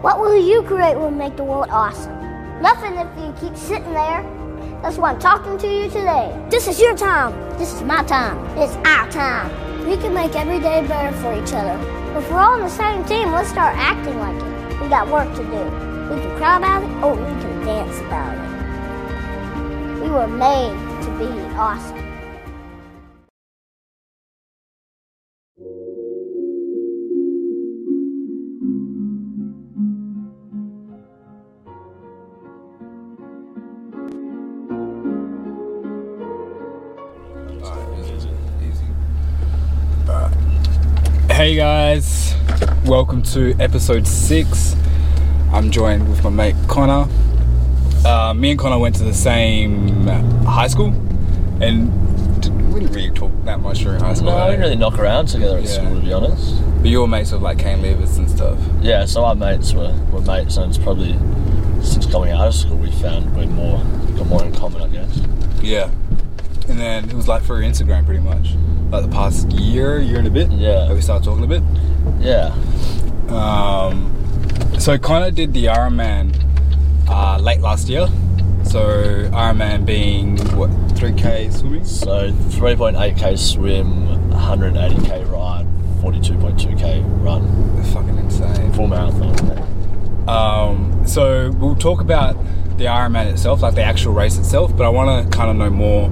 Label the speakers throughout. Speaker 1: What will you create will make the world awesome? Nothing if you keep sitting there. That's why I'm talking to you today. This is your time. This is my time. It's our time. We can make every day better for each other. If we're all on the same team, let's start acting like it. We got work to do. We can cry about it or we can dance about it. We were made to be awesome.
Speaker 2: Hey guys, welcome to episode six. I'm joined with my mate Connor. Uh, me and Connor went to the same high school, and d- we didn't really talk that much during high school.
Speaker 3: No, we
Speaker 2: eh?
Speaker 3: didn't really knock around together at
Speaker 2: Yeah.
Speaker 3: school, to be honest.
Speaker 2: But you were mates with like Kane Levis and stuff.
Speaker 3: Yeah, so our mates were, were mates, and it's probably since coming out of school we found we're more got more in common, I guess.
Speaker 2: Yeah. And then it was like through Instagram, pretty much. Like the past year, year and a bit.
Speaker 3: Yeah.
Speaker 2: that we started talking a bit.
Speaker 3: Yeah,
Speaker 2: Um, so Connor did the Ironman uh, late last year. So Ironman being what three k swimming?
Speaker 3: so 3.8k swim, 180k ride, 42.2k run,
Speaker 2: Fucking insane.
Speaker 3: full marathon.
Speaker 2: Um, so we'll talk about the Ironman itself, like the actual race itself. But I want to kind of know more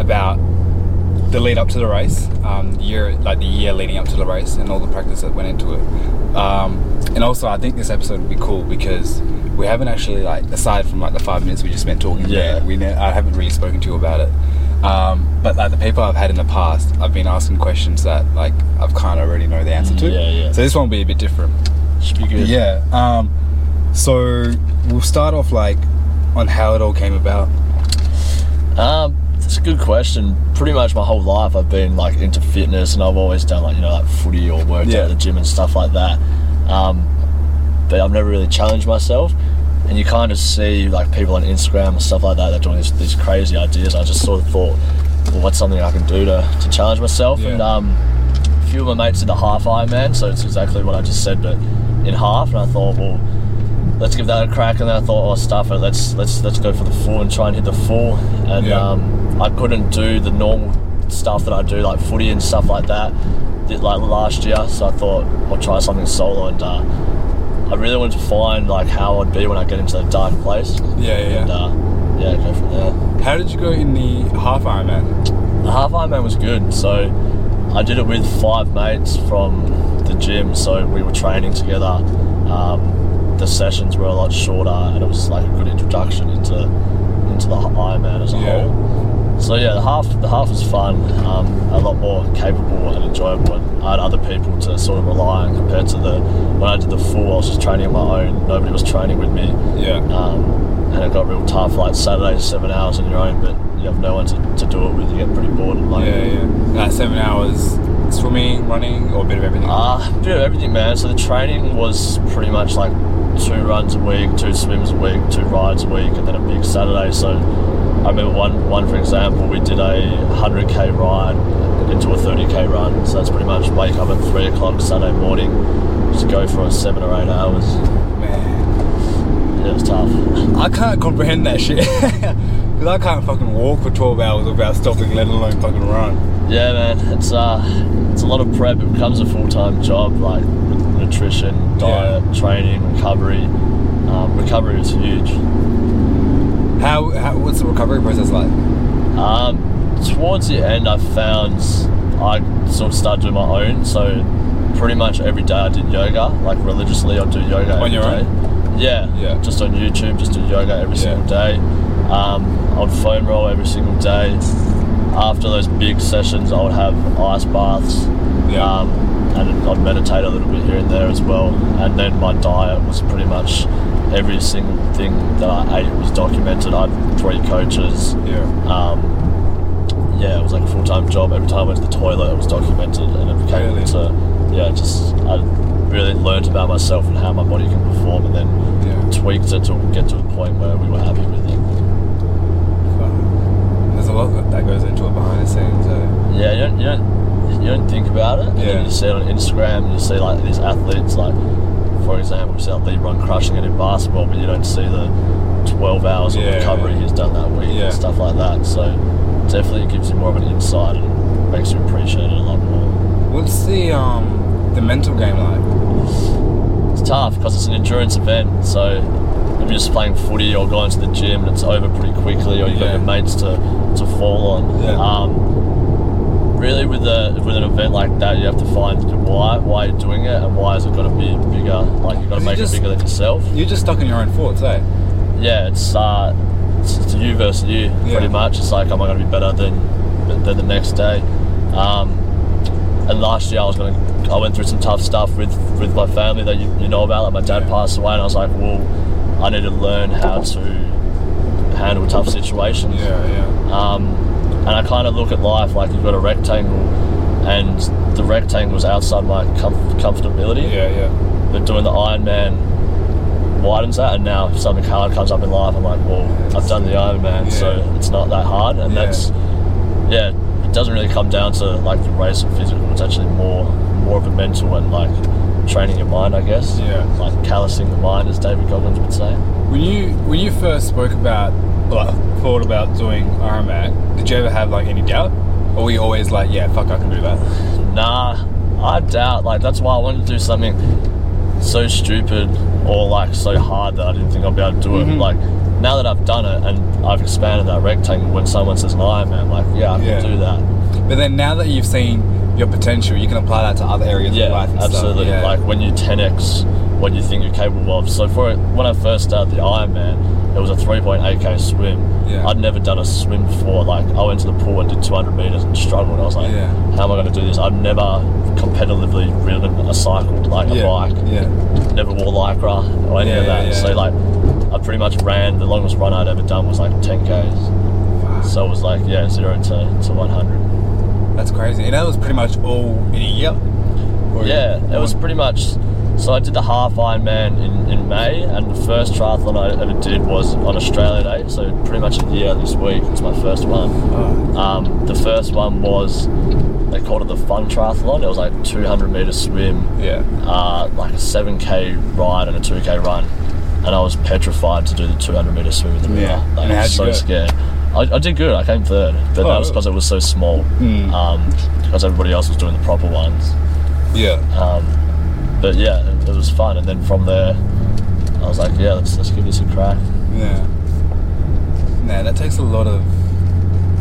Speaker 2: about the lead up to the race, um, the year like the year leading up to the race, and all the practice that went into it. Um, and also, I think this episode would be cool because we haven't actually like aside from like the five minutes we just spent talking.
Speaker 3: Yeah.
Speaker 2: we ne- I haven't really spoken to you about it. Um, but like the people I've had in the past, I've been asking questions that like I've kind of already know the answer to.
Speaker 3: Mm, Yeah, yeah.
Speaker 2: So this one will be a bit different.
Speaker 3: Should be good.
Speaker 2: Yeah. Um, so we'll start off like on how it all came about.
Speaker 3: Um, it's a good question. Pretty much my whole life I've been like into fitness and I've always done like, you know, like footy or worked
Speaker 2: Yeah.
Speaker 3: out at the gym and stuff like that. Um, but I've never really challenged myself. And you kind of see like people on Instagram and stuff like that, they're doing these, these crazy ideas. I just sort of thought, well, what's something I can do to, to challenge myself?
Speaker 2: Yeah.
Speaker 3: And um, a few of my mates did the half Ironman, so it's exactly what I just said, but in half. And I thought, well, let's give that a crack. And then I thought, oh, stuff it. Let's let's let's go for the full and try and hit the full. And
Speaker 2: Yeah.
Speaker 3: um, I couldn't do the normal stuff that I do, like footy and stuff like that, did like last year. So I thought I'll try something solo. And uh, I really wanted to find like how I'd be when I get into the dark place.
Speaker 2: Yeah, yeah.
Speaker 3: And, uh, yeah, go from there.
Speaker 2: How did you go in the half Ironman?
Speaker 3: The half Ironman was good. So I did it with five mates from the gym. So we were training together. Um, the sessions were a lot shorter, and it was like a good introduction into into the Ironman as a
Speaker 2: Yeah.
Speaker 3: whole. So yeah, the half the half was fun. Um, a lot more capable and enjoyable. And I had other people to sort of rely on compared to the when I did the full. I was just training on my own. Nobody was training with me.
Speaker 2: Yeah.
Speaker 3: Um, and it got real tough. Like Saturdays, seven hours on your own, but you have no one to, to do it with. You get pretty bored. And like,
Speaker 2: Yeah, yeah. Like seven hours swimming, running, or a bit of everything.
Speaker 3: Ah, bit of everything, man. So the training was pretty much like two runs a week, two swims a week, two rides a week, and then a big Saturday. So I remember one, one for example, we did a 100k ride into a 30k run. So that's pretty much wake up at three o'clock Saturday morning, just go for seven or eight hours.
Speaker 2: Man,
Speaker 3: Yeah, it was tough.
Speaker 2: I can't comprehend that shit. Cause I can't fucking walk for twelve hours without stopping, let alone fucking run.
Speaker 3: Yeah, man, it's uh, it's a lot of prep. It becomes a full time job, like with nutrition, diet, training, recovery. Um, recovery was huge.
Speaker 2: How, how? What's the recovery process like?
Speaker 3: Um, towards the end, I found I sort of started doing my own. So pretty much every day I did yoga, like religiously. I do yoga
Speaker 2: On
Speaker 3: every
Speaker 2: your
Speaker 3: day. Yeah,
Speaker 2: Yeah.
Speaker 3: Just on YouTube, just do yoga every
Speaker 2: Yeah.
Speaker 3: single day. Um, I would foam roll every single day. After those big sessions, I would have ice baths.
Speaker 2: Yeah.
Speaker 3: Um, and I'd meditate a little bit here and there as well. And then my diet was pretty much every single thing that I ate was documented. I had three coaches
Speaker 2: Yeah.
Speaker 3: um, yeah, it was like a full time job. Every time I went to the toilet, it was documented, and it became
Speaker 2: Really?
Speaker 3: to yeah, just I really learned about myself and how my body can perform, and then
Speaker 2: Yeah.
Speaker 3: tweaked it to get to a point where we were happy with it.
Speaker 2: Fuck. There's a lot that goes into it behind the scenes. So.
Speaker 3: Yeah, you don't you don't, you don't think about it. And
Speaker 2: Yeah.
Speaker 3: then you see it on Instagram, and you see like these athletes like for example, South Lee run crushing it in basketball, but you don't see the 12 hours
Speaker 2: Yeah.
Speaker 3: of recovery he's done that week
Speaker 2: Yeah.
Speaker 3: and stuff like that. So definitely gives you more of an insight and makes you appreciate it a lot more.
Speaker 2: What's the um the mental game like?
Speaker 3: It's tough because it's an endurance event, so if you're just playing footy or going to the gym and it's over pretty quickly, or you've
Speaker 2: Yeah.
Speaker 3: got your mates to, to fall on.
Speaker 2: Yeah.
Speaker 3: Um, really, with a with an event like that, you have to find your why why you're doing it and why has it got to be bigger. Like you've got
Speaker 2: Is it
Speaker 3: to make
Speaker 2: just-
Speaker 3: it bigger than yourself.
Speaker 2: You're just stuck in your own thoughts, eh?
Speaker 3: yeah, it's uh, it's, it's you versus you
Speaker 2: Yeah.
Speaker 3: pretty much. It's like, am I going to be better than than the next day? Um, and last year I was going, to I went through some tough stuff with with my family that you, you know about. Like my dad
Speaker 2: Yeah.
Speaker 3: passed away, and I was like, well, I need to learn how to handle tough situations.
Speaker 2: Yeah, yeah.
Speaker 3: Um, and I kind of look at life like you've got a rectangle, and the rectangle's outside my comf- comfortability
Speaker 2: Yeah, yeah.
Speaker 3: but doing the Iron Man widens that, and now if something hard comes up in life, I'm like, well, I've done the Iron Man, so
Speaker 2: Yeah.
Speaker 3: it's not that hard, and
Speaker 2: Yeah.
Speaker 3: that's yeah, it doesn't really come down to like the race and physical. It's actually more more of a mental and like training your mind, I guess.
Speaker 2: Yeah.
Speaker 3: like callousing the mind, as David Goggins would say.
Speaker 2: When you when you first spoke about like thought about doing RMAT, did you ever have like any doubt? Or were you always like, yeah, fuck I can do that?
Speaker 3: Nah, I doubt. Like that's why I wanted to do something so stupid or like so hard that I didn't think I'd be able to do it.
Speaker 2: Mhm.
Speaker 3: Like now that I've done it and I've expanded that rectangle, when someone says an Iron Man, like yeah, I can
Speaker 2: Yeah.
Speaker 3: do that.
Speaker 2: But then now that you've seen your potential, you can apply that to other areas
Speaker 3: yeah,
Speaker 2: of life and
Speaker 3: absolutely.
Speaker 2: stuff.
Speaker 3: Like when you 10x what you think you're capable of. So for when I first started the Iron Man, it was a 3.8k swim.
Speaker 2: Yeah.
Speaker 3: I'd never done a swim before. Like I went to the pool and did 200 meters and struggled. I was like,
Speaker 2: Yeah.
Speaker 3: how am I going to do this? I've never competitively ridden a cycle like
Speaker 2: yeah,
Speaker 3: a bike.
Speaker 2: yeah,
Speaker 3: never wore lycra or any
Speaker 2: Yeah,
Speaker 3: of that.
Speaker 2: yeah.
Speaker 3: So like, I pretty much ran. The longest run I'd ever done was like 10 k's. So it was like yeah, zero to, to 100.
Speaker 2: that's crazy. And that was pretty much all in a year. Or-
Speaker 3: Yeah, it was pretty much. So I did the half Ironman in, in May, and the first triathlon I ever did was on Australia Day. So pretty much a year this week. It's my first one.
Speaker 2: Oh,
Speaker 3: Um, the first one was they called it the fun triathlon. It was like 200 meter swim,
Speaker 2: yeah,
Speaker 3: uh, like a 7k ride and a 2k run, and I was petrified to do the 200 meter swim in the river.
Speaker 2: Yeah.
Speaker 3: Like,
Speaker 2: And
Speaker 3: I
Speaker 2: how'd
Speaker 3: was so
Speaker 2: you
Speaker 3: scared. I, I did good. I came third, but
Speaker 2: Oh.
Speaker 3: that was because it was so small.
Speaker 2: Mm.
Speaker 3: Um, because everybody else was doing the proper ones.
Speaker 2: yeah.
Speaker 3: Um, but yeah, it, it was fun. And then from there, I was like, yeah, let's let's give this a crack.
Speaker 2: Yeah. Nah, that takes a lot of,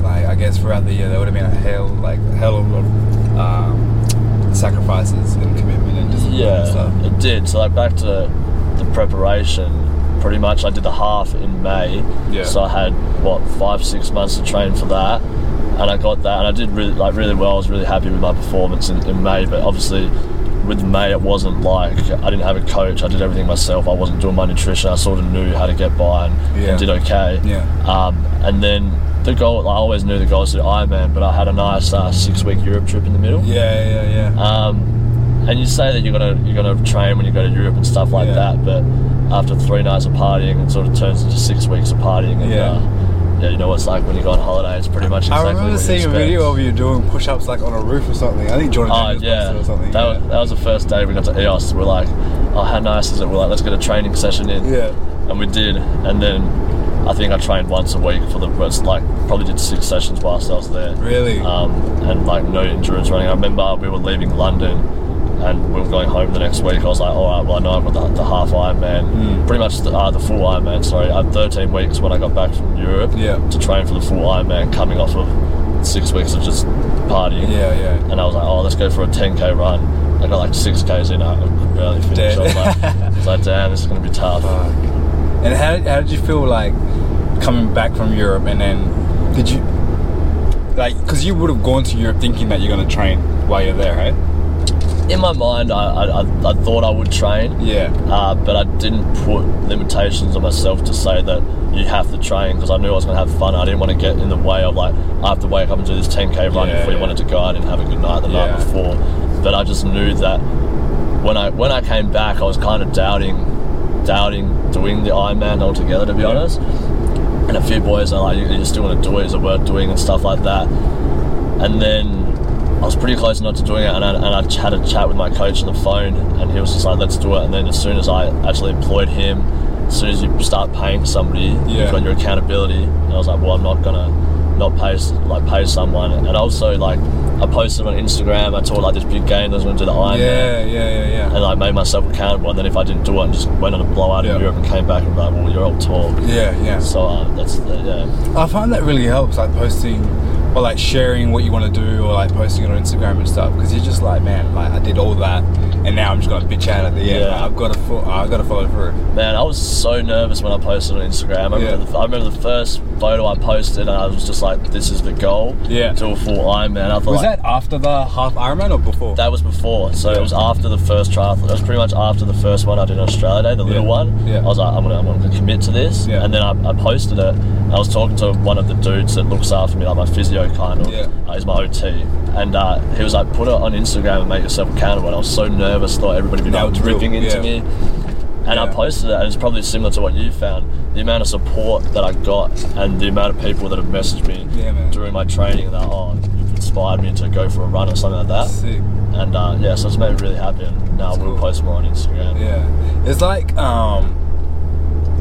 Speaker 2: like, I guess throughout the year there would have been a hell, like, a hell of a lot of um, sacrifices and commitment and discipline and stuff.
Speaker 3: Yeah, it did. So like back to the preparation. Pretty much, I did the half in May.
Speaker 2: Yeah.
Speaker 3: So I had what five, six months to train for that, and I got that, and I did really like really well. I was really happy with my performance in, in May, but obviously. With May, it wasn't like I didn't have a coach. I did everything myself. I wasn't doing my nutrition. I sort of knew how to get by and,
Speaker 2: Yeah.
Speaker 3: and did okay.
Speaker 2: Yeah.
Speaker 3: Um, and then the goal, I always knew the goal was to do Ironman, but I had a nice uh, six-week Europe trip in the middle.
Speaker 2: Yeah, yeah, yeah.
Speaker 3: Um, and you say that you're gonna you're gonna train when you go to Europe and stuff like
Speaker 2: Yeah.
Speaker 3: that, but after three nights of partying, it sort of turns into six weeks of partying. And,
Speaker 2: Yeah.
Speaker 3: Uh, yeah, you know what it's like when you go on holiday. It's pretty much. Exactly
Speaker 2: I remember
Speaker 3: what you
Speaker 2: seeing a
Speaker 3: expect.
Speaker 2: video of you doing push-ups like on a roof or something. I think Jordan
Speaker 3: Oh
Speaker 2: Daniels
Speaker 3: yeah,
Speaker 2: posted it or something.
Speaker 3: that, Was, that was the first day we got to EOS. We're like, oh how nice is it? We're like, let's get a training session in.
Speaker 2: yeah.
Speaker 3: And we did, and then I think I trained once a week for the rest. Like probably did six sessions whilst I was there.
Speaker 2: Really?
Speaker 3: um, and like no endurance running. I remember we were leaving London and we were going home the next week. I was like, all right, well, I know I've got the, the half Ironman,
Speaker 2: Mm.
Speaker 3: pretty much the, uh, the full Ironman, sorry. I had 13 weeks when I got back from Europe
Speaker 2: Yeah.
Speaker 3: to train for the full Ironman, coming off of six weeks of just partying.
Speaker 2: yeah, yeah.
Speaker 3: And I was like, oh, let's go for a 10k run. I got like 6k's in, I could barely finish.
Speaker 2: Dead.
Speaker 3: I, was like, I was like, damn, this is going to be tough.
Speaker 2: Fuck. And how, how did you feel like coming back from Europe and then did you like because you would have gone to Europe thinking that you're going to train while you're there, right?
Speaker 3: in my mind, I, I, I- I thought I would train.
Speaker 2: Yeah.
Speaker 3: uh, but I didn't put limitations on myself to say that you have to train because I knew I was going to have fun. I didn't want to get in the way of like I have to wake up and do this 10k run
Speaker 2: Yeah,
Speaker 3: if we
Speaker 2: yeah.
Speaker 3: wanted to go out and have a good night the
Speaker 2: Yeah.
Speaker 3: night before. But I just knew that when I when I came back, I was kind of doubting, doubting doing the Ironman altogether. To be
Speaker 2: Yeah.
Speaker 3: honest, and a few boys are like, "You, you still want to do it? Is it worth doing?" and stuff like that. And then I was pretty close not to doing it, and I, and I had a chat with my coach on the phone, and he was just like, "Let's do it." And then as soon as I actually employed him, as soon as you start paying somebody,
Speaker 2: Yeah.
Speaker 3: you've got your accountability. And I was like, "Well, I'm not gonna not pay s- like pay someone." And also like, I posted on Instagram. I taught like this big game that I was gonna do the Ironman,
Speaker 2: Yeah, yeah, yeah, yeah.
Speaker 3: and I made myself accountable. And then if I didn't do it, I just went on a blowout
Speaker 2: Yeah.
Speaker 3: in Europe and came back and like, "Well, you're all talk."
Speaker 2: yeah, yeah.
Speaker 3: So uh, that's the, yeah,
Speaker 2: I find that really helps, like posting or like sharing what you want to do, or like posting it on Instagram and stuff, because you're just like, man, like I did all that, and now I'm just gonna bitch out at the end.
Speaker 3: Yeah.
Speaker 2: Like, I've got to, fo- I've got to follow through.
Speaker 3: man, I was so nervous when I posted on Instagram. I remember,
Speaker 2: Yeah.
Speaker 3: the, I remember the first photo I posted, and I was just like, "This is the goal."
Speaker 2: Yeah.
Speaker 3: do a full Ironman. I thought
Speaker 2: Was
Speaker 3: like,
Speaker 2: that after the half Ironman or before?
Speaker 3: That was before, so
Speaker 2: Yeah.
Speaker 3: it was after the first triathlon. It was pretty much after the first one I did in Australia Day, the little
Speaker 2: Yeah.
Speaker 3: one.
Speaker 2: Yeah.
Speaker 3: I was like, I'm gonna, I'm gonna commit to this,
Speaker 2: Yeah.
Speaker 3: and then I, I posted it. I was talking to one of the dudes that looks after me, like my physio kind of.
Speaker 2: Yeah.
Speaker 3: Uh, he's my OT, and uh, he was like, put it on Instagram and make yourself accountable. And I was so nervous, thought everybody would be
Speaker 2: That
Speaker 3: like
Speaker 2: was real,
Speaker 3: ripping into
Speaker 2: yeah.
Speaker 3: me. And I
Speaker 2: Yeah.
Speaker 3: posted it, and it's probably similar to what you found. The amount of support that I got, and the amount of people that have messaged me
Speaker 2: Yeah, man.
Speaker 3: during my training, that oh, you've inspired me to go for a run or something like that.
Speaker 2: Sick.
Speaker 3: And uh, yeah, so it's made me really happy. And now
Speaker 2: That's
Speaker 3: we'll
Speaker 2: cool.
Speaker 3: post more on Instagram.
Speaker 2: Yeah, it's like um,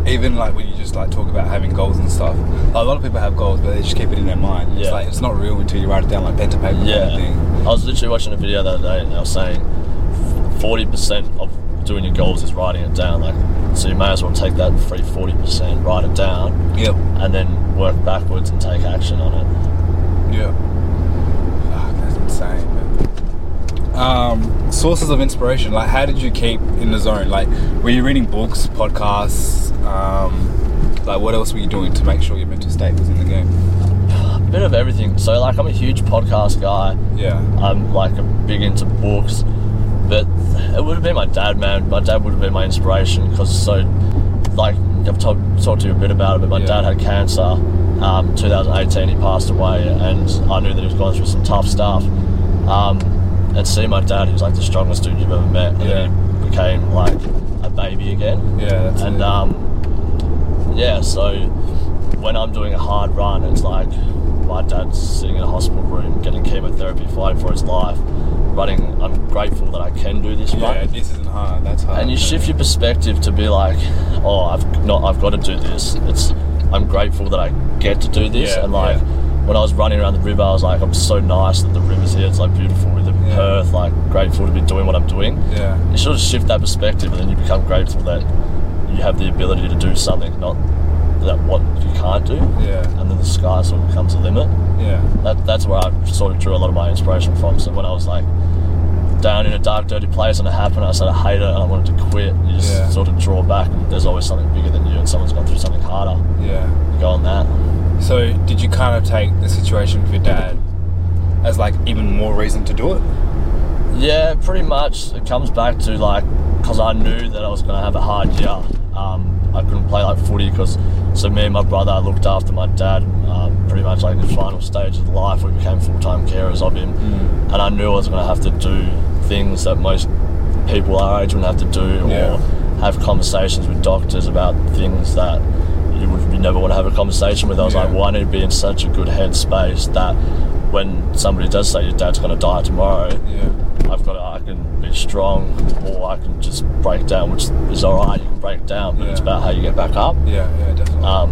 Speaker 2: even like when you just like talk about having goals and stuff. a lot of people have goals, but they just keep it in their mind. It's
Speaker 3: Yeah.
Speaker 2: like it's not real until you write it down like pen to paper. kind of thing.
Speaker 3: I was literally watching a video the other day and they were saying 40% of doing your goals is writing it down. Like, so you may as well take that free 40%, write it down,
Speaker 2: Yep.
Speaker 3: and then work backwards and take action on it.
Speaker 2: Yeah. Fuck, that's insane. Man. Um, sources of inspiration. Like, how did you keep in the zone? Like, were you reading books, podcasts? Um, like, what else were you doing to make sure your mental state was in the game?
Speaker 3: A bit of everything. So, like, I'm a huge podcast guy.
Speaker 2: Yeah.
Speaker 3: I'm like a big into books, but it would have been my dad, man. My dad would have been my inspiration because so, like I've talked talked to you a bit about it, but my
Speaker 2: Yeah.
Speaker 3: dad had cancer. Um, 2018, he passed away, and I knew that he was going through some tough stuff. Um, and seeing my dad, he was like the strongest dude you've ever met, and then he became like a baby again
Speaker 2: Yeah. That's
Speaker 3: and
Speaker 2: it.
Speaker 3: um, yeah, so when I'm doing a hard run, it's like my dad's sitting in a hospital room getting chemotherapy, fighting for his life, running. I'm grateful that I can do this
Speaker 2: yeah,
Speaker 3: run.
Speaker 2: this isn't hard. That's hard.
Speaker 3: And you shift your perspective to be like, oh, I've not, I've got to do this. It's, I'm grateful that I get to do this.
Speaker 2: Yeah,
Speaker 3: and like,
Speaker 2: yeah.
Speaker 3: when I was running around the river, I was like, I'm so nice that the river's here. It's like beautiful. We live in
Speaker 2: Yeah.
Speaker 3: Perth. Like, grateful to be doing what I'm doing
Speaker 2: Yeah.
Speaker 3: you sort of shift that perspective and then you become grateful that you have the ability to do something, not that what you can't do.
Speaker 2: Yeah.
Speaker 3: And then the sky sort of becomes a limit.
Speaker 2: Yeah.
Speaker 3: That, that's where I sort of drew a lot of my inspiration from. So when I was like down in a dark, dirty place and it happened, I said I hate it and I wanted to quit. You just
Speaker 2: Yeah.
Speaker 3: sort of draw back. And there's always something bigger than you, and someone's gone through something harder.
Speaker 2: Yeah.
Speaker 3: You go on that.
Speaker 2: So, did you kind of take the situation with your dad as like even more reason to do it?
Speaker 3: Yeah, pretty much. It comes back to like, because I knew that I was going to have a hard year. Um, I couldn't play like footy because, so me and my brother looked after my dad um, pretty much like the final stage of life. We became full time carers of him.
Speaker 2: Mm.
Speaker 3: And I knew I was going to have to do things that most people our age wouldn't have to do
Speaker 2: Yeah.
Speaker 3: or have conversations with doctors about things that you would you never want to have a conversation with. I was
Speaker 2: Yeah.
Speaker 3: like, well, I need to be in such a good headspace that when somebody does say your dad's going to die tomorrow,
Speaker 2: Yeah.
Speaker 3: I've got to, I can be strong or I can just break down, which is all right, you can break down, but it's
Speaker 2: Yeah.
Speaker 3: about how you get back up.
Speaker 2: Yeah. Yeah. Definitely.
Speaker 3: Um,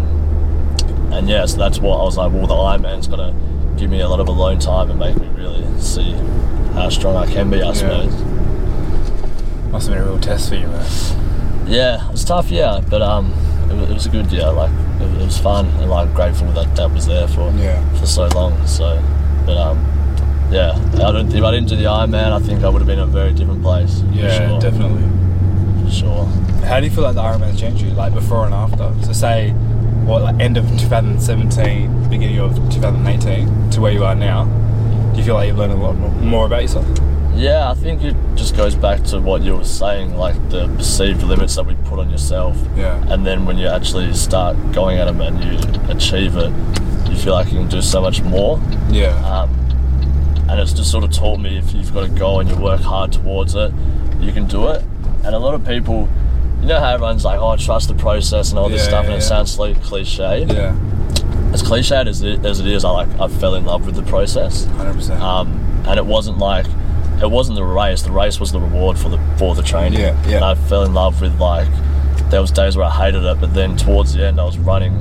Speaker 3: and yeah, so that's what I was like, well, the Ironman's going to give me a lot of alone time and make me really see how strong I can be, I
Speaker 2: Yeah.
Speaker 3: suppose.
Speaker 2: Must have been a real test for you, man.
Speaker 3: Yeah, it was a tough year, but um, it, wa- it was a good year. Like, it, wa- it was fun and like grateful that Dad was there for
Speaker 2: Yeah.
Speaker 3: for so long. So, but um, yeah, I don't, if I didn't do the Ironman, I think I would have been in a very different place. for
Speaker 2: Yeah,
Speaker 3: sure,
Speaker 2: definitely.
Speaker 3: for sure.
Speaker 2: How do you feel like the Ironman's changed you, like before and after? So say, what like end of 2017, beginning of 2018, to where you are now. Do you feel like you've learned a lot mo- more about yourself?
Speaker 3: Yeah, I think it just goes back to what you were saying, like the perceived limits that we put on yourself.
Speaker 2: Yeah.
Speaker 3: And then when you actually start going at them and you achieve it, you feel like you can do so much more.
Speaker 2: Yeah.
Speaker 3: Um, and it's just sort of taught me if you've got a goal and you work hard towards it, you can do it. And a lot of people, you know how everyone's like, oh, trust the process and all this
Speaker 2: Yeah,
Speaker 3: stuff,
Speaker 2: yeah,
Speaker 3: and it
Speaker 2: yeah.
Speaker 3: sounds so cliche.
Speaker 2: Yeah.
Speaker 3: As cliched as it, as it is, I like I fell in love with the process.
Speaker 2: 100. percent
Speaker 3: Um, and it wasn't like it wasn't the race. The race was the reward for the for the training.
Speaker 2: Yeah, yeah.
Speaker 3: And I fell in love with like there was days where I hated it, but then towards the end I was running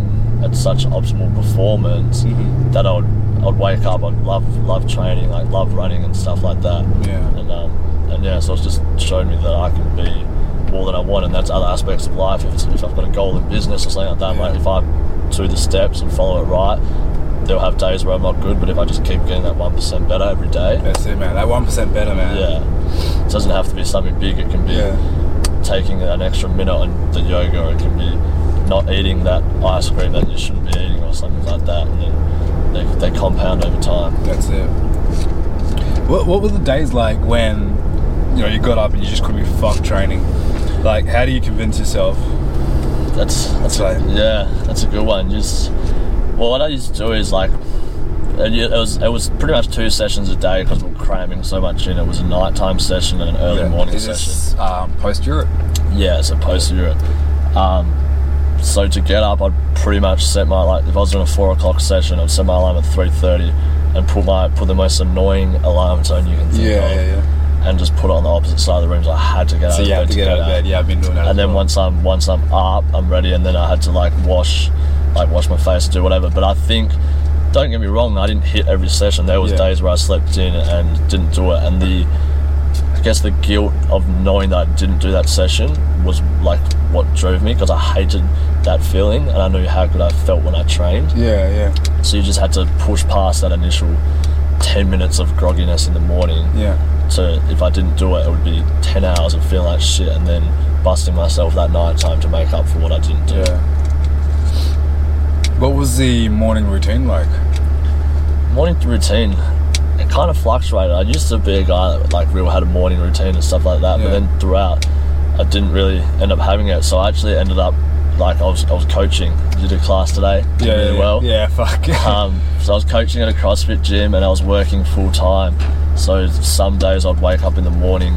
Speaker 3: at such optimal performance
Speaker 2: Mm-hmm.
Speaker 3: that I would I'd wake up. I'd love love training, like love running and stuff like that.
Speaker 2: Yeah.
Speaker 3: And um, and yeah, so it's just showed me that I can be more than I want, and that's other aspects of life. If, it's, if I've got a goal in business or something like that,
Speaker 2: Yeah.
Speaker 3: like if I do the steps and follow it right, there'll have days where I'm not good, but if I just keep getting that one percent better every day,
Speaker 2: That's it, man. That one percent better, man.
Speaker 3: yeah. It doesn't have to be something big. It can be
Speaker 2: Yeah.
Speaker 3: taking an extra minute on the yoga, or it can be not eating that ice cream that you shouldn't be eating, or something like that. And then they, they compound over time.
Speaker 2: That's it. What, what were the days like when you know you got up and you just couldn't be fucked training? Like, how do you convince yourself?
Speaker 3: That's that's
Speaker 2: That's right.
Speaker 3: Yeah, that's a good one. Just well, what I used to do is like, it, it was it was pretty much two sessions a day because we were cramming so much in. It was a nighttime session and an early
Speaker 2: Yeah.
Speaker 3: morning
Speaker 2: Is
Speaker 3: session.
Speaker 2: this, um, post Europe.
Speaker 3: Yeah, so post Europe. Um, so to get up, I'd pretty much set my like if I was doing a four o'clock session, I'd set my alarm at three thirty, and put my put the most annoying alarm tone you can think
Speaker 2: Yeah,
Speaker 3: of,
Speaker 2: yeah, yeah.
Speaker 3: and just put it on the opposite side of the room. So I had to get out
Speaker 2: So
Speaker 3: of
Speaker 2: you
Speaker 3: bed
Speaker 2: have to get out of bed. Yeah, I've been doing that. as
Speaker 3: and then
Speaker 2: well.
Speaker 3: once I'm once I'm up, I'm ready, and then I had to like wash, like wash my face, do whatever. But I think, don't get me wrong, I didn't hit every session. There was
Speaker 2: Yeah.
Speaker 3: days where I slept in and didn't do it, and the, I guess the guilt of knowing that I didn't do that session was like what drove me because I hated that feeling, and I knew how good I felt when I trained.
Speaker 2: Yeah, yeah,
Speaker 3: So you just had to push past that initial. 10 minutes of grogginess in the morning
Speaker 2: yeah.
Speaker 3: so if I didn't do it, it would be 10 hours of feeling like shit and then busting myself that night time to make up for what I didn't do.
Speaker 2: Yeah. What was the morning routine like?
Speaker 3: Morning routine, it kind of fluctuated. I used to be a guy that like real had a morning routine and stuff like that, but
Speaker 2: Yeah.
Speaker 3: then throughout, I didn't really end up having it. So I actually ended up like I was, I was coaching. Did a class today, did really
Speaker 2: yeah,
Speaker 3: well.
Speaker 2: Yeah, fuck.
Speaker 3: Um, so I was coaching at a CrossFit gym and I was working full time. So some days I'd wake up in the morning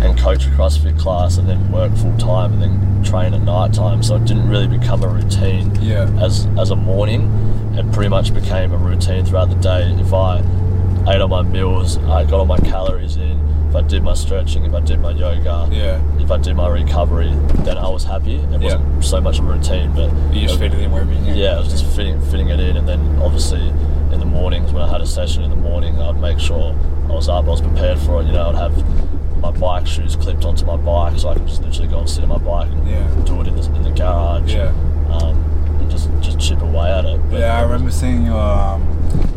Speaker 3: and coach a CrossFit class and then work full time and then train at night time. So it didn't really become a routine
Speaker 2: Yeah.
Speaker 3: as as a morning. It pretty much became a routine throughout the day. If I ate all my meals, I got all my calories in. If I did my stretching, if I did my yoga,
Speaker 2: yeah.
Speaker 3: if I did my recovery, then I was happy. It
Speaker 2: Yeah.
Speaker 3: wasn't so much a routine, but
Speaker 2: You just fit it in wherever you
Speaker 3: yeah, I was just fitting, fitting it in, and then obviously in the mornings when I had a session in the morning, I'd make sure I was up, I was prepared for it. You know, I'd have my bike shoes clipped onto my bike, so I could just literally go and sit on my bike and
Speaker 2: Yeah.
Speaker 3: do it in the, in the garage,
Speaker 2: Yeah.
Speaker 3: um, and just just chip away at it. But
Speaker 2: Yeah, I remember seeing your um,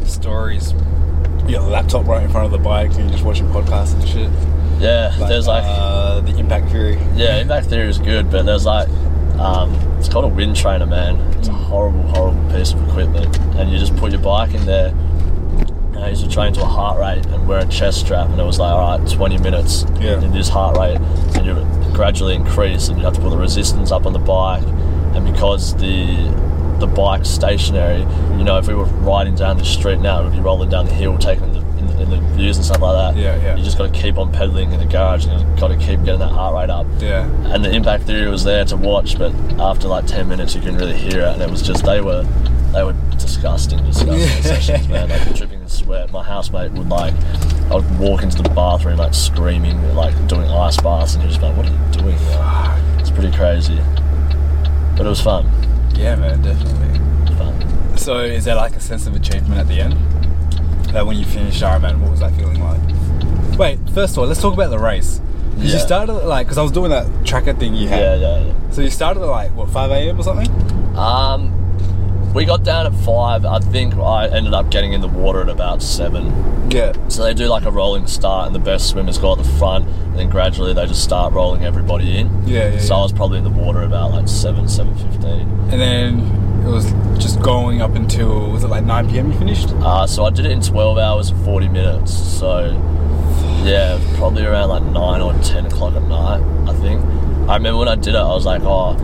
Speaker 2: stories. Your laptop right in front of the bike, and you're just watching podcasts and shit.
Speaker 3: yeah, there's like
Speaker 2: uh, the Impact Fury.
Speaker 3: yeah, impact theory is good, but there's like um, it's called a wind trainer, man. It's a horrible, horrible piece of equipment, and you just put your bike in there. And I used to train to a heart rate and wear a chest strap, and it was like, all right, 20 minutes
Speaker 2: Yeah.
Speaker 3: in this heart rate, and you gradually increase, and you have to put the resistance up on the bike, and because the the bike's stationary, you know, if we were riding down the street now, we'd be rolling down the hill, taking the in, the, in the views and stuff like that.
Speaker 2: Yeah, yeah.
Speaker 3: You just got to keep on pedaling in the garage, and you've got to keep getting that heart rate up
Speaker 2: Yeah,
Speaker 3: and the impact theory was there to watch but after like 10 minutes you couldn't really hear it and it was just they were they were disgusting disgusting
Speaker 2: Yeah.
Speaker 3: sessions man like dripping in sweat my housemate would like I would walk into the bathroom like screaming like doing ice baths and he was like what are you doing
Speaker 2: Ah,
Speaker 3: Like, it's pretty crazy but it was fun
Speaker 2: yeah, man, definitely.
Speaker 3: fun
Speaker 2: So, is there like a sense of achievement at the end? Like when you finished Ironman, what was that feeling like? Wait, first of all, let's talk about the race. Because you
Speaker 3: Yeah.
Speaker 2: started at like, because I was doing that tracker thing you
Speaker 3: yeah
Speaker 2: had.
Speaker 3: yeah, yeah.
Speaker 2: So you started at like what 5 a.m. or something?
Speaker 3: um we got down at five I think I ended up getting in the water at about seven
Speaker 2: Yeah.
Speaker 3: So they do like a rolling start, and the best swimmers go at the front, and then gradually they just start rolling everybody in.
Speaker 2: Yeah, yeah,
Speaker 3: So
Speaker 2: yeah.
Speaker 3: I was probably in the water about like seven, seven fifteen.
Speaker 2: And then it was just going up until was it like 9 p.m. You finished?
Speaker 3: Uh, so I did it in twelve hours and forty minutes. So yeah, probably around like nine or ten o'clock at night. I think. I remember when I did it, I was like, oh.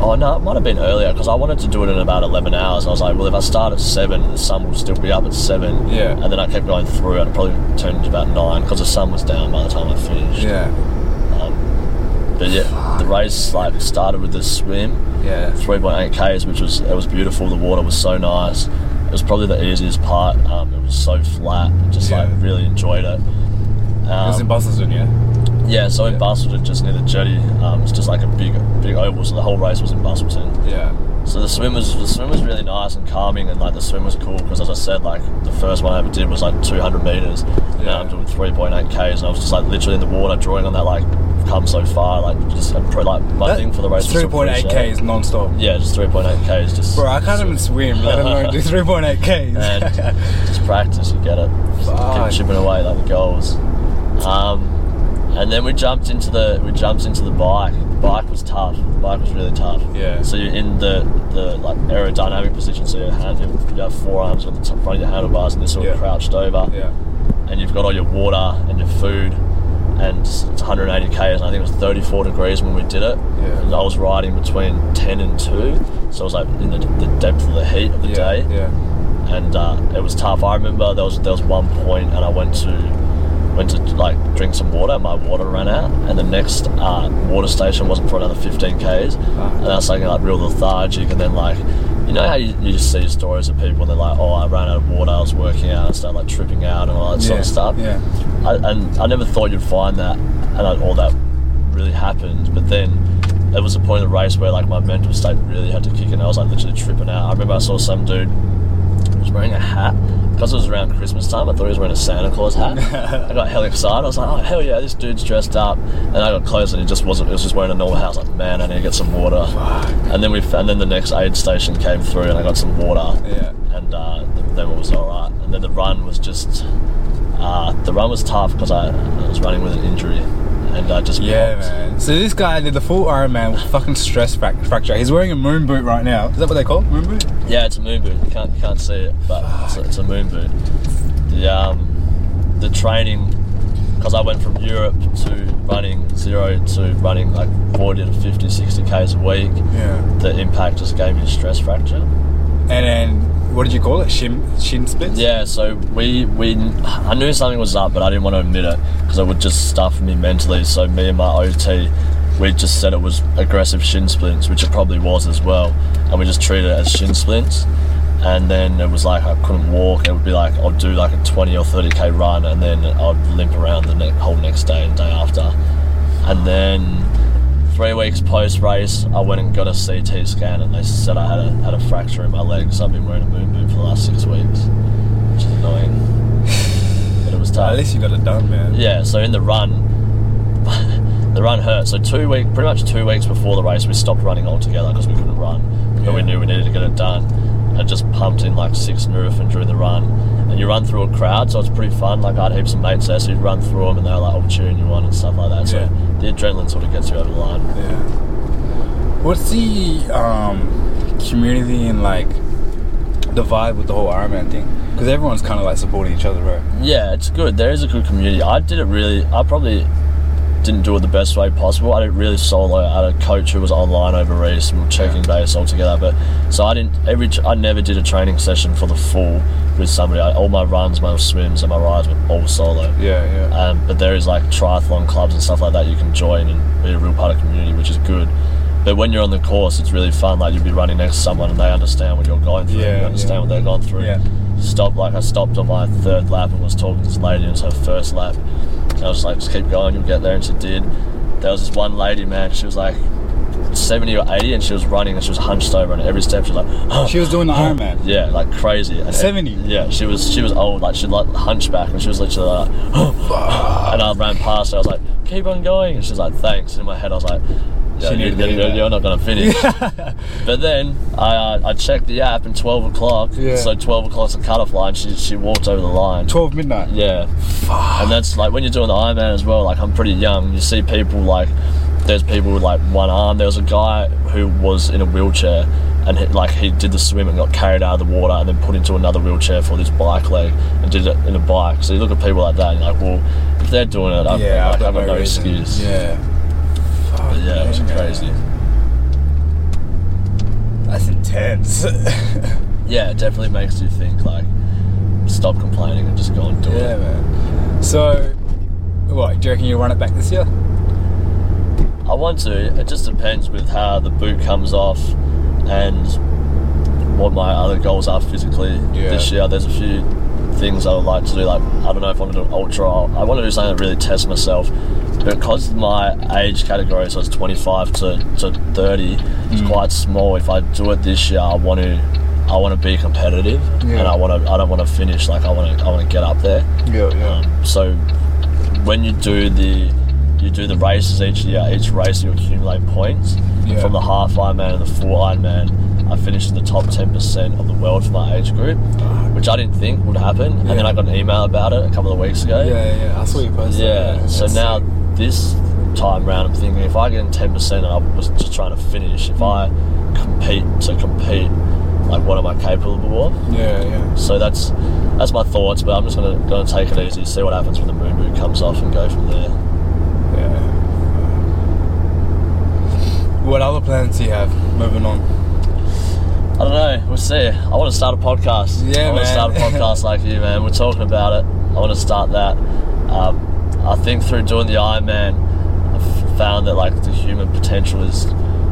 Speaker 3: Oh no, it might have been earlier because I wanted to do it in about eleven hours. I was like, well, if I start at seven, the sun will still be up at seven.
Speaker 2: Yeah.
Speaker 3: And then I kept going through, and it probably turned to about nine because the sun was down by the time I finished.
Speaker 2: Yeah.
Speaker 3: But yeah, the race like started with the swim,
Speaker 2: Yeah.
Speaker 3: 3.8 k's, which was it was beautiful. The water was so nice. It was probably the easiest part. Um, it was so flat. Just like
Speaker 2: Yeah.
Speaker 3: really enjoyed it. Um,
Speaker 2: it was in Busselton, yeah?
Speaker 3: Yeah, so in
Speaker 2: Yeah.
Speaker 3: Bastleton, just near the jetty, um, it's just like a big, big oval. So the whole race was in Bastleton.
Speaker 2: Yeah.
Speaker 3: So the swim was, the swim was really nice and calming, and like the swim was cool because, as I said, like the first one I ever did was like 200 meters, and
Speaker 2: Yeah.
Speaker 3: I'm doing 3.8 k's, and I was just like literally in the water, drawing on that like I've come so far, like just I'm pretty, like my
Speaker 2: That-
Speaker 3: thing for the race. was to
Speaker 2: 3.8
Speaker 3: appreciate-
Speaker 2: Ks non stop.
Speaker 3: Yeah, just 3.8 k's. Just
Speaker 2: Bro, I can't even swim, let alone do 3.8
Speaker 3: and
Speaker 2: Ks.
Speaker 3: just practice, you get it. Just
Speaker 2: Fuck.
Speaker 3: Keep chipping away like the goals. Um, and then we jumped into the we jumped into the bike. The bike was tough. The bike was really tough.
Speaker 2: Yeah.
Speaker 3: So you're in the, the like aerodynamic position, so your hand you have forearms on the top front of your handlebars and they're sort of
Speaker 2: Yeah.
Speaker 3: crouched over.
Speaker 2: yeah.
Speaker 3: And you've got all your water and your food and it's 180 k's and I think it was 34 degrees when we did it.
Speaker 2: Yeah.
Speaker 3: And I was riding between 10 and 2, so it was like in the, the depth of the heat of the
Speaker 2: yeah.
Speaker 3: day
Speaker 2: Yeah.
Speaker 3: and uh, it was tough. I remember there was there was one point, and I went to went to like drink some water. My water ran out, and the next uh, water station wasn't for another 15 k's, and I was like, like real lethargic, and then like. You know how you, you just see stories of people and they're like, oh, I ran out of water, I was working out, I started like tripping out and all that sort
Speaker 2: Yeah,
Speaker 3: of stuff.
Speaker 2: yeah.
Speaker 3: I, and I never thought you'd find that, and I, all that really happened. But then there was a point in the race where like my mental state really had to kick in. I was like literally tripping out. I remember I saw some dude he was wearing a hat because it was around Christmas time. I thought he was wearing a Santa Claus hat. I got hell excited. I was like, "Oh hell yeah, this dude's dressed up!" And I got close, and he just wasn't. He was just wearing a normal hat. I was like, "Man, I need to get some water." And then we, and then the next aid station came through, and I got some water.
Speaker 2: Yeah.
Speaker 3: And uh, th- then it was all right. And then the run was just, uh, the run was tough because I, I was running with an injury, and I just
Speaker 2: Yeah,
Speaker 3: popped.
Speaker 2: man. So this guy did the full Iron Man with fucking stress frac- fracture. He's wearing a moon boot right now. Is that what they call it? moon boot?
Speaker 3: Yeah, it's a moon boot. You can't you can't see it, but it's a, it's a moon boot. The um, the training because I went from Europe to running zero to running like 40 to 50, 60 k's a week.
Speaker 2: Yeah.
Speaker 3: The impact just gave me a stress fracture.
Speaker 2: And then what did you call it? Shin shin splints?
Speaker 3: Yeah, so we we I knew something was up, but I didn't want to admit it because it would just stuff me mentally. So me and my OT, we just said it was aggressive shin splints, which it probably was as well, and we just treated it as shin splints. And then it was like I couldn't walk. It would be like I'd do like a twenty or thirty k run, and then I'd limp around the ne- whole next day and day after. And then three weeks post race, I went and got a CT scan, and they said I had a had a fracture in my leg. So I've been wearing a moon boot for the last six weeks which is annoying. but it was
Speaker 2: At
Speaker 3: tough.
Speaker 2: least you got it done, man.
Speaker 3: Yeah, so in the run, the run hurt. So two week, pretty much two weeks before the race, we stopped running altogether because we couldn't run, but we
Speaker 2: Yeah.
Speaker 3: knew we needed to get it done. I just pumped in like six Nurofen during the run, and you run through a crowd, so it's pretty fun. Like I had heaps of mates there, so you'd run through them, and they were like, "Oh, cheering you on" and stuff like that. So
Speaker 2: Yeah.
Speaker 3: the adrenaline sort of gets you over the line.
Speaker 2: Yeah. What's the um, community and like the vibe with the whole Iron Man thing? Because everyone's kind of like supporting each other, right?
Speaker 3: Yeah, it's good. There is a good community. I did it really. I probably didn't do it the best way possible. I did it really solo. I had a coach who was online over East and we were checking base altogether. But so I didn't. Every tr- I never did a training session for the full with somebody. I, all my runs, my swims, and my rides were all solo.
Speaker 2: Yeah, yeah.
Speaker 3: Um, but there is like triathlon clubs and stuff like that you can join and be a real part of the community, which is good. But when you're on the course, it's really fun. Like you'll be running next to someone and they understand what you're going through.
Speaker 2: Yeah,
Speaker 3: you understand
Speaker 2: yeah.
Speaker 3: what they're going through.
Speaker 2: Yeah.
Speaker 3: Stop. Like I stopped on my third lap and was talking to this lady. and It was her first lap. And I was like, just keep going. You'll get there. And she did. There was this one lady, man. She was like 70 or 80, and she was running and she was hunched over. And every step she was like, "Oh,
Speaker 2: She was doing the Iron Man.
Speaker 3: yeah, like crazy. And-
Speaker 2: 70?
Speaker 3: Yeah, she was she was old, like she like hunchback, and she was literally like, and I ran past her. I was like, keep on going, and she's like, thanks. And in my head, I was like, yeah,
Speaker 2: She
Speaker 3: you,
Speaker 2: needed to hear that.
Speaker 3: are not gonna finish. but then I uh, I checked the app, and twelve o'clock.
Speaker 2: Yeah.
Speaker 3: So twelve o'clock's the cutoff line. She she walked over the line.
Speaker 2: 12 midnight.
Speaker 3: Yeah. And that's like when you're doing the Ironman as well. Like I'm pretty young. You see people like there's people with like one arm. There was a guy who was in a wheelchair and he, like he did the swim and got carried out of the water and then put into another wheelchair for this bike leg and did it in a bike. So you look at people like that and you're like, well, if they're doing it, I've,
Speaker 2: yeah,
Speaker 3: like,
Speaker 2: I've
Speaker 3: I've
Speaker 2: got
Speaker 3: got no
Speaker 2: reason.
Speaker 3: excuse.
Speaker 2: Yeah.
Speaker 3: But
Speaker 2: Fuck,
Speaker 3: yeah, it was
Speaker 2: man.
Speaker 3: crazy.
Speaker 2: That's intense. yeah,
Speaker 3: Yeah, it definitely makes you think like stop complaining and just go and do it.
Speaker 2: man. So, what, do you reckon you'll run it back this year?
Speaker 3: I want to. It just depends with how the boot comes off and what my other goals are physically
Speaker 2: Yeah.
Speaker 3: this year. There's a few things I would like to do. Like I don't know if I want to do an ultra. I want to do something that really tests myself. Because my age category, so it's 25 to, to 30, it's
Speaker 2: Mm.
Speaker 3: quite small. If I do it this year, I want to, I want to be competitive,
Speaker 2: Yeah.
Speaker 3: and I want to. I don't want to finish. Like I want to. I want to get up there.
Speaker 2: Yeah, yeah.
Speaker 3: Um, so when you do the you do the races each year, each race you accumulate points.
Speaker 2: Yeah.
Speaker 3: From the half Ironman and the full Ironman, I finished in the top ten percent of the world for my age group, which I didn't think would happen. And then
Speaker 2: Yeah.
Speaker 3: I got an email about it a couple of weeks ago.
Speaker 2: yeah, yeah. I saw you posted.
Speaker 3: Yeah, So
Speaker 2: That's
Speaker 3: now
Speaker 2: sick.
Speaker 3: this time round, I'm thinking if I get in ten percent and I was just trying to finish,
Speaker 2: Hmm.
Speaker 3: if I compete to compete, like what am I capable of?
Speaker 2: Yeah, yeah.
Speaker 3: So that's that's my thoughts, but I'm just gonna gonna take it easy, see what happens when the moon boot comes off, and go from there.
Speaker 2: Yeah. What other plans do you have moving on?
Speaker 3: I don't know. We'll see. I want to start a podcast.
Speaker 2: Yeah,
Speaker 3: I want
Speaker 2: man.
Speaker 3: to start a podcast like you, man. We're talking about it. I want to start that. Um, I think through doing the Iron Man, I've found that like the human potential is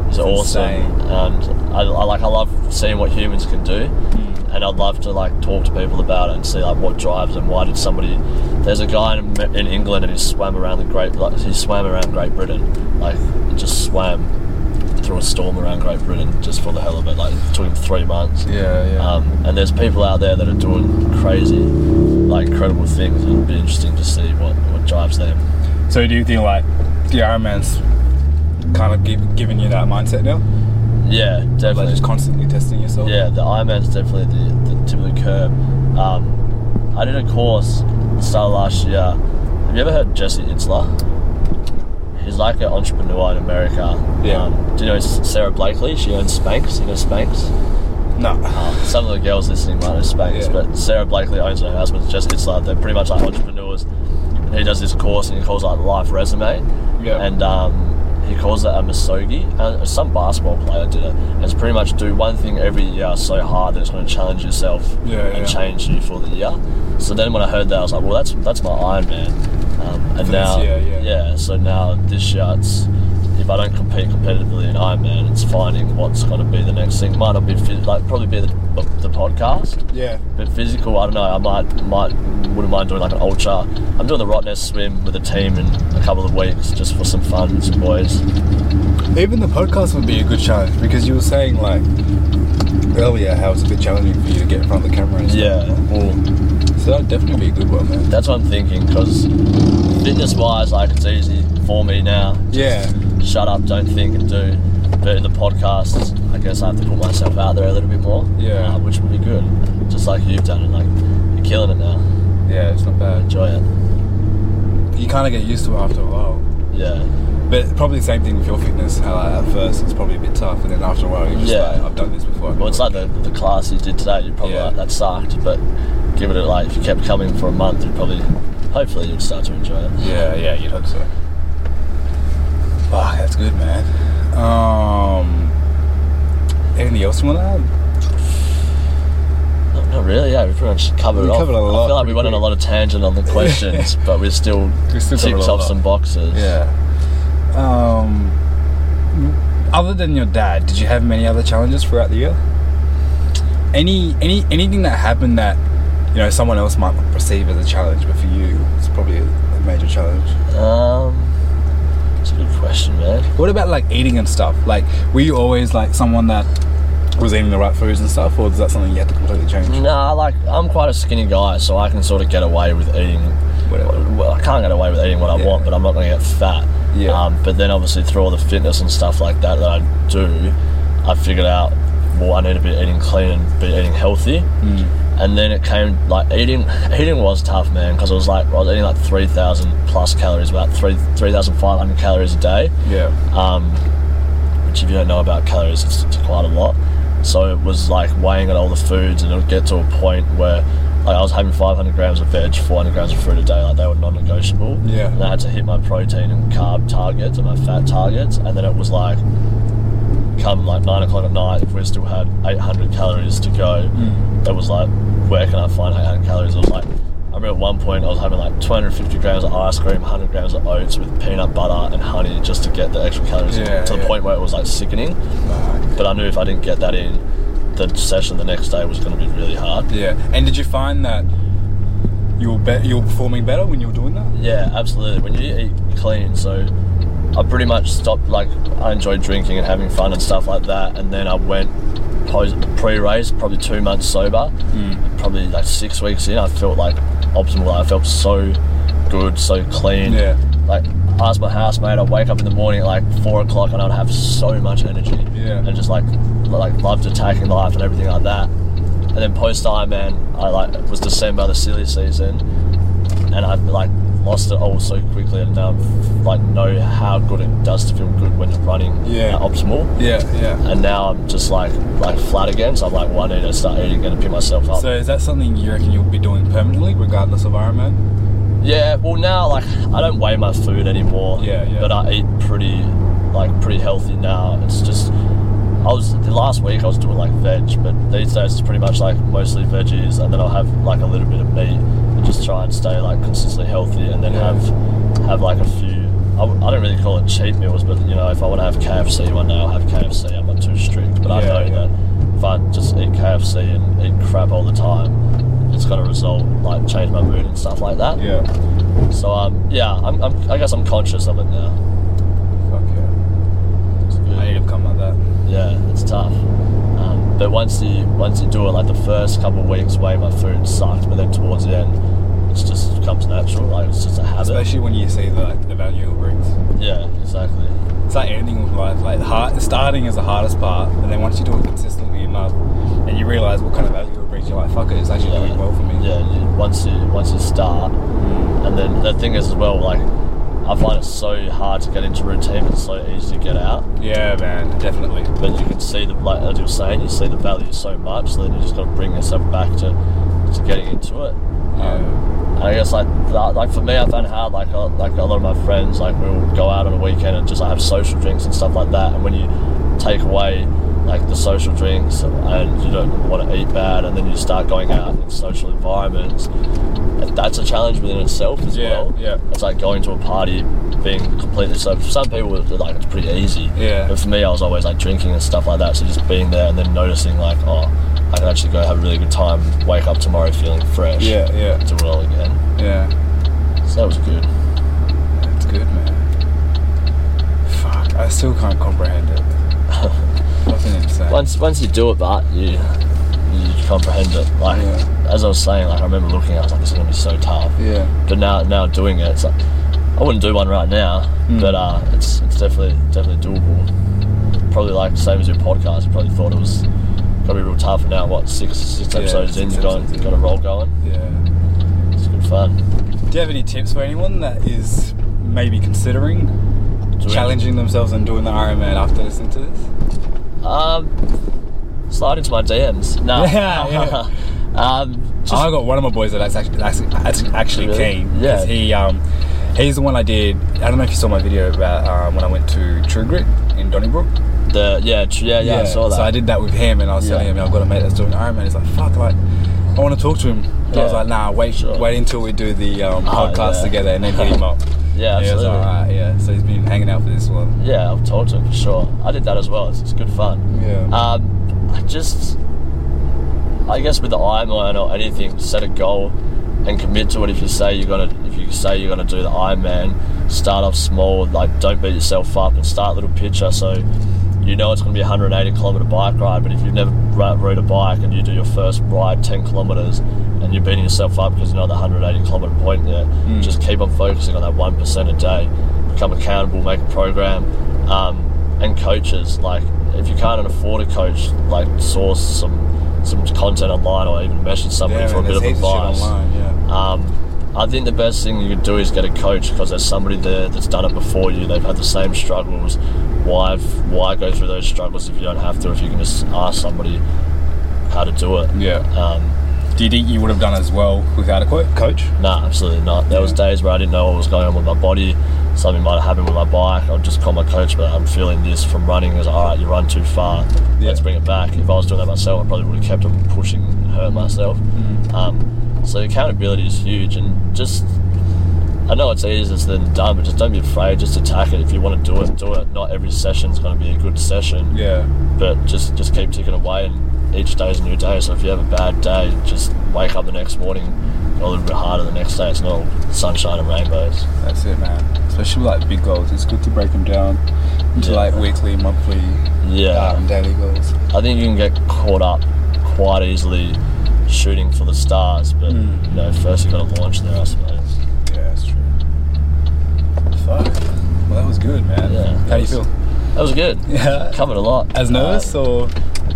Speaker 3: is awesome,
Speaker 2: insane.
Speaker 3: and I, I like I love seeing what humans can do. And I'd love to like talk to people about it and see like what drives them. Why did somebody? There's a guy in, in England and he swam around the Great. Like, he swam around Great Britain, like just swam through a storm around Great Britain just for the hell of it. Like it took him three months.
Speaker 2: Yeah, yeah.
Speaker 3: Um, and there's people out there that are doing crazy, like incredible things. It'll be interesting to see what, what drives them.
Speaker 2: so do you think like the Ironman's kind of give, giving you that mindset now?
Speaker 3: Yeah,
Speaker 2: Like
Speaker 3: definitely.
Speaker 2: just constantly testing yourself?
Speaker 3: Yeah, the Ironman's definitely the, the tip of the curb. Um, I did a course at the start of last year. Have you ever heard of Jesse Itzler? He's like an entrepreneur in America.
Speaker 2: Yeah.
Speaker 3: Um, do you know Sarah Blakely? She owns Spanx. You know Spanx?
Speaker 2: No.
Speaker 3: Um, some of the girls listening might know Spanx,
Speaker 2: Yeah.
Speaker 3: but Sarah Blakely owns her husband, Jesse Itzler. They're pretty much like entrepreneurs. And he does this course and he calls it like Life Resume.
Speaker 2: Yeah.
Speaker 3: And um, he calls it a Masogi. And some basketball player did it. And it's pretty much do one thing every year so hard that it's going to challenge yourself
Speaker 2: Yeah,
Speaker 3: and
Speaker 2: yeah.
Speaker 3: change you for the year. So then when I heard that, I was like, well, that's that's my Iron Man. Um, and
Speaker 2: For this
Speaker 3: now,
Speaker 2: year, yeah.
Speaker 3: yeah, so now this year it's if I don't compete competitively in Ironman, it's finding what's going to be the next thing. Might not be phys- like probably be the, the podcast,
Speaker 2: Yeah.
Speaker 3: but physical. I don't know. I might might wouldn't mind doing like an ultra. I'm doing the Rottnest swim with a team in a couple of weeks just for some fun, with some boys.
Speaker 2: Even the podcast would be a good challenge because you were saying like earlier how it's a bit challenging for you to get in front of the camera and stuff.
Speaker 3: Yeah,
Speaker 2: Well, so that'd definitely be a good one, man.
Speaker 3: that's what I'm thinking because fitness wise, like it's easy for me now.
Speaker 2: Yeah.
Speaker 3: Shut up, don't think, and do. But in the podcast, I guess I have to put myself out there a little bit more.
Speaker 2: Yeah.
Speaker 3: uh, which would be good. Just like you've done, and like you're killing it now.
Speaker 2: Yeah, it's not bad.
Speaker 3: enjoy it.
Speaker 2: You kind of get used to it after a while.
Speaker 3: Yeah,
Speaker 2: But probably the same thing with your fitness. How like, at first it's probably a bit tough, and then after a while you're just
Speaker 3: Yeah.
Speaker 2: like, I've done this before.
Speaker 3: well, it's like the, the class you did today. You probably
Speaker 2: Yeah.
Speaker 3: like that sucked, but give it a like. If you kept coming for a month, you probably, hopefully, you'd start to enjoy it.
Speaker 2: Yeah, yeah, you'd hope so. Fuck, that's good, man. Um, anything else you want to add?
Speaker 3: Not, not really. Yeah, we pretty much covered
Speaker 2: We
Speaker 3: it. off.
Speaker 2: covered a
Speaker 3: I
Speaker 2: lot
Speaker 3: feel like we
Speaker 2: pretty
Speaker 3: went on a
Speaker 2: quick.
Speaker 3: lot of tangent on the questions, but we still,
Speaker 2: We still covered a
Speaker 3: ticked
Speaker 2: lot.
Speaker 3: off some boxes.
Speaker 2: Yeah. Um, other than your dad, did you have many other challenges throughout the year? Any, any, anything that happened that you know someone else might perceive as a challenge, but for you, it's probably a, a major challenge.
Speaker 3: Um, it's a good question, man.
Speaker 2: What about like eating and stuff? Like, were you always like someone that was eating the right foods and stuff, or is that something you had to completely change?
Speaker 3: Nah, like I'm quite a skinny guy, so I can sort of get away with eating
Speaker 2: Whatever.
Speaker 3: well, I can't get away with eating what I
Speaker 2: Yeah.
Speaker 3: want, but I'm not going to get fat.
Speaker 2: Yeah.
Speaker 3: Um, but then obviously through all the fitness and stuff like that that I do, I figured out well I need to be eating clean and be eating healthy.
Speaker 2: Mm.
Speaker 3: And then it came like eating eating was tough, man, because I was like I was eating like three thousand plus calories, about three three thousand five hundred calories a day
Speaker 2: Yeah.
Speaker 3: um, which if you don't know about calories, it's, it's quite a lot. So it was like weighing at all the foods, and it would get to a point where like I was having 500 grams of veg, 400 grams of fruit a day, like they were non-negotiable.
Speaker 2: Yeah.
Speaker 3: And I had to hit my protein and carb targets and my fat targets, and then it was like come like nine o'clock at night, if we still had 800 calories to go, it was like, where can I find 800 calories? It was like, I remember at one point I was having like 250 grams of ice cream, 100 grams of oats with peanut butter and honey just to get the extra calories in,
Speaker 2: Yeah,
Speaker 3: to the
Speaker 2: yeah.
Speaker 3: point where it was like sickening.
Speaker 2: Fuck.
Speaker 3: But I knew if I didn't get that in, the session the next day was going to be really hard.
Speaker 2: Yeah. And did you find that you were be- you were performing better when you were doing that?
Speaker 3: Yeah, absolutely. When you eat clean, so I pretty much stopped. Like I enjoyed drinking and having fun and stuff like that, and then I went pos- pre-race, probably two months sober.
Speaker 2: Hmm.
Speaker 3: Probably like six weeks in, I felt like optimal. I felt so good, so clean.
Speaker 2: Yeah.
Speaker 3: Like I asked my housemate, I'd wake up in the morning at like four o'clock and I'd have so much energy.
Speaker 2: Yeah.
Speaker 3: And just like like loved attacking life and everything like that. And then post Ironman, I like it was December, the silly season and I like lost it all so quickly, and now I'm, like know how good it does to feel good when you're running
Speaker 2: Yeah.
Speaker 3: at optimal.
Speaker 2: Yeah. Yeah.
Speaker 3: And now I'm just like like flat again, so I'm like, well, I need to start eating again and pick myself up.
Speaker 2: So is that something you reckon you'll be doing permanently, regardless of Ironman?
Speaker 3: yeah, well now like I don't weigh my food anymore.
Speaker 2: Yeah, yeah.
Speaker 3: But I eat pretty like pretty healthy now. It's just I was the last week I was doing like veg, but these days it's pretty much like mostly veggies, and then I'll have like a little bit of meat and just try and stay like consistently healthy, and then
Speaker 2: Yeah.
Speaker 3: have have like a few. I, w- I don't really call it cheat meals, but you know if I want to have KFC one day, I'll have KFC. I'm not too strict, but
Speaker 2: Yeah,
Speaker 3: I know
Speaker 2: yeah.
Speaker 3: that if I just eat KFC and eat crap all the time, it's gonna result like change my mood and stuff like that.
Speaker 2: Yeah.
Speaker 3: So um, yeah, I'm, I'm I guess I'm conscious of it now.
Speaker 2: Fuck yeah.
Speaker 3: It's good.
Speaker 2: I need to become like that.
Speaker 3: Yeah, it's tough. Um, but once you once you do it, like the first couple of weeks, away my food sucked, but then towards the end, it just becomes natural. Like it's just a habit.
Speaker 2: Especially when you see the, like, the value it brings.
Speaker 3: Yeah, exactly.
Speaker 2: It's like anything with life. Like hard, starting is the hardest part, and then once you do it consistently enough, and you realize what kind of value it brings, you're like, fuck it, it's actually
Speaker 3: Yeah,
Speaker 2: doing well for me.
Speaker 3: Yeah, you, once you once you start, and then the thing is as well, like I find it so hard to get into routine. It's so easy to get out.
Speaker 2: Yeah, man, definitely.
Speaker 3: but you can see the like as you were saying, you see the value so much that you just got to bring yourself back to to getting into it. Um, and I guess like that, like for me, I found it hard. Like uh, like a lot of my friends, like we'll go out on a weekend and just like, have social drinks and stuff like that. And when you take away like the social drinks and you don't want to eat bad, and then you start going out in social environments, that's a challenge within itself as
Speaker 2: Yeah,
Speaker 3: well.
Speaker 2: yeah.
Speaker 3: It's like going to a party, being completely so. For some people, it's like it's pretty easy.
Speaker 2: Yeah.
Speaker 3: But for me, I was always like drinking and stuff like that. So just being there and then noticing like, oh, I can actually go have a really good time. Wake up tomorrow feeling fresh.
Speaker 2: Yeah, yeah,
Speaker 3: Do it all again.
Speaker 2: yeah.
Speaker 3: So that was good.
Speaker 2: It's good, man. Fuck, I still can't comprehend it. Fucking insane.
Speaker 3: Once once you do it, but you you comprehend it. Like
Speaker 2: Yeah.
Speaker 3: as I was saying, like I remember looking, I was like, this is gonna be so tough.
Speaker 2: Yeah,
Speaker 3: But now now doing it, it's like I wouldn't do one right now,
Speaker 2: Mm.
Speaker 3: but uh, it's it's definitely definitely doable. Probably like same as your podcast, you probably thought it was gonna be real tough. Now what six six
Speaker 2: Yeah,
Speaker 3: episodes in,
Speaker 2: six
Speaker 3: you got
Speaker 2: episodes in.
Speaker 3: got a roll going.
Speaker 2: yeah.
Speaker 3: It's good fun.
Speaker 2: Do you have any tips for anyone that is maybe considering
Speaker 3: Doing-
Speaker 2: challenging themselves and doing the Ironman after listening to this?
Speaker 3: Um, slide into my DMs. No.
Speaker 2: Yeah, yeah.
Speaker 3: um, just,
Speaker 2: I got one of my boys that that's actually that's, that's actually
Speaker 3: Really?
Speaker 2: keen. 'cause
Speaker 3: Yeah.
Speaker 2: He um he's the one I did. I don't know if you saw my video about um, when I went to True Grit in Donnybrook.
Speaker 3: the yeah, tr- yeah, yeah, I saw that.
Speaker 2: So I did that with him, and I was telling
Speaker 3: Yeah.
Speaker 2: him I've got a mate that's doing Ironman. He's like, fuck, like I want to talk to him. And I was
Speaker 3: Yeah.
Speaker 2: like, nah, wait,
Speaker 3: Sure.
Speaker 2: wait until we do the um,
Speaker 3: Oh,
Speaker 2: podcast
Speaker 3: yeah.
Speaker 2: together, and then hit him up.
Speaker 3: Yeah,
Speaker 2: he was
Speaker 3: absolutely.
Speaker 2: like, alright, yeah. So he's been hanging out for this one.
Speaker 3: Yeah, I've told her for sure. I did that as well. It's, it's good fun.
Speaker 2: Yeah.
Speaker 3: Um, I just, I guess with the Ironman or anything, set a goal and commit to it. If you say you're gonna, if you say you're gonna do the Ironman, start off small. Like, don't beat yourself up and start little picture. So, you know it's gonna be a 180 kilometer bike ride. But if you've never ri- rode a bike and you do your first ride 10 kilometers and you're beating yourself up because you're not at the 180 kilometer point yet, just keep on focusing on that one percent a day. Become accountable, make a program, um, and coaches. Like, if you can't afford a coach, like source some some content online or even message
Speaker 2: yeah,
Speaker 3: somebody
Speaker 2: man,
Speaker 3: for a bit
Speaker 2: there's
Speaker 3: of
Speaker 2: heaps shit
Speaker 3: advice.
Speaker 2: online, yeah.
Speaker 3: Um, I think the best thing you could do is get a coach because there's somebody there that's done it before you. They've had the same struggles. Why why go through those struggles if you don't have to? If you can just ask somebody how to do it.
Speaker 2: Yeah.
Speaker 3: Um,
Speaker 2: Do you think you would have done as well without a co- coach?
Speaker 3: no, absolutely not. There was days where I didn't know what was going on with my body. Something might have happened with my bike. I'd just call my coach, but I'm feeling this from running. It was all right. You run too far. Let's
Speaker 2: Yeah.
Speaker 3: bring it back. If I was doing that myself, I probably would have kept on pushing, and hurt myself. Um, so accountability is huge, and just I know it's easier than done, but just don't be afraid. Just attack it. If you want to do it, do it. Not every session's going to be a good session,
Speaker 2: Yeah.
Speaker 3: but just just keep ticking away. And each day's a new day. So if you have a bad day, just wake up the next morning a little bit harder the next day. It's not all sunshine and rainbows.
Speaker 2: That's it, man. Especially with, like big goals. It's good to break them down into
Speaker 3: Yeah.
Speaker 2: like weekly, monthly,
Speaker 3: Yeah.
Speaker 2: um, daily goals.
Speaker 3: I think you can get caught up quite easily shooting for the stars, but
Speaker 2: Mm.
Speaker 3: you know, first you've got to launch there, I suppose.
Speaker 2: Yeah, that's true. Fuck. Well, that was good, man.
Speaker 3: Yeah.
Speaker 2: How do you feel?
Speaker 3: That was good.
Speaker 2: Yeah.
Speaker 3: Covered a lot.
Speaker 2: As nervous
Speaker 3: Um,
Speaker 2: or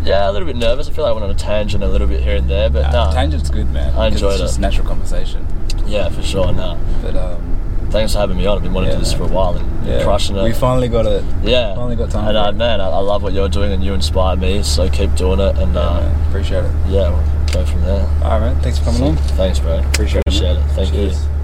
Speaker 3: yeah, a little bit nervous. I feel like I went on a tangent a little bit here and there, but
Speaker 2: uh,
Speaker 3: nah,
Speaker 2: tangent's good, man.
Speaker 3: I
Speaker 2: 'cause
Speaker 3: enjoyed
Speaker 2: it's Just
Speaker 3: it.
Speaker 2: natural conversation.
Speaker 3: yeah, for sure. Nah,
Speaker 2: But um,
Speaker 3: thanks for having me on. I've been wanting
Speaker 2: Yeah,
Speaker 3: to do this
Speaker 2: man.
Speaker 3: for a while and
Speaker 2: yeah,
Speaker 3: crushing it.
Speaker 2: We finally got it.
Speaker 3: yeah,
Speaker 2: finally got time
Speaker 3: And
Speaker 2: for
Speaker 3: uh,
Speaker 2: it.
Speaker 3: man, I, I love what you're doing, and you inspire me. So keep doing it, and
Speaker 2: Yeah,
Speaker 3: uh,
Speaker 2: man. Appreciate it.
Speaker 3: yeah, we'll go from there.
Speaker 2: All right, man. Thanks for coming on.
Speaker 3: Thanks, bro.
Speaker 2: Appreciate it.
Speaker 3: Appreciate it. Thank you.
Speaker 2: Cheers.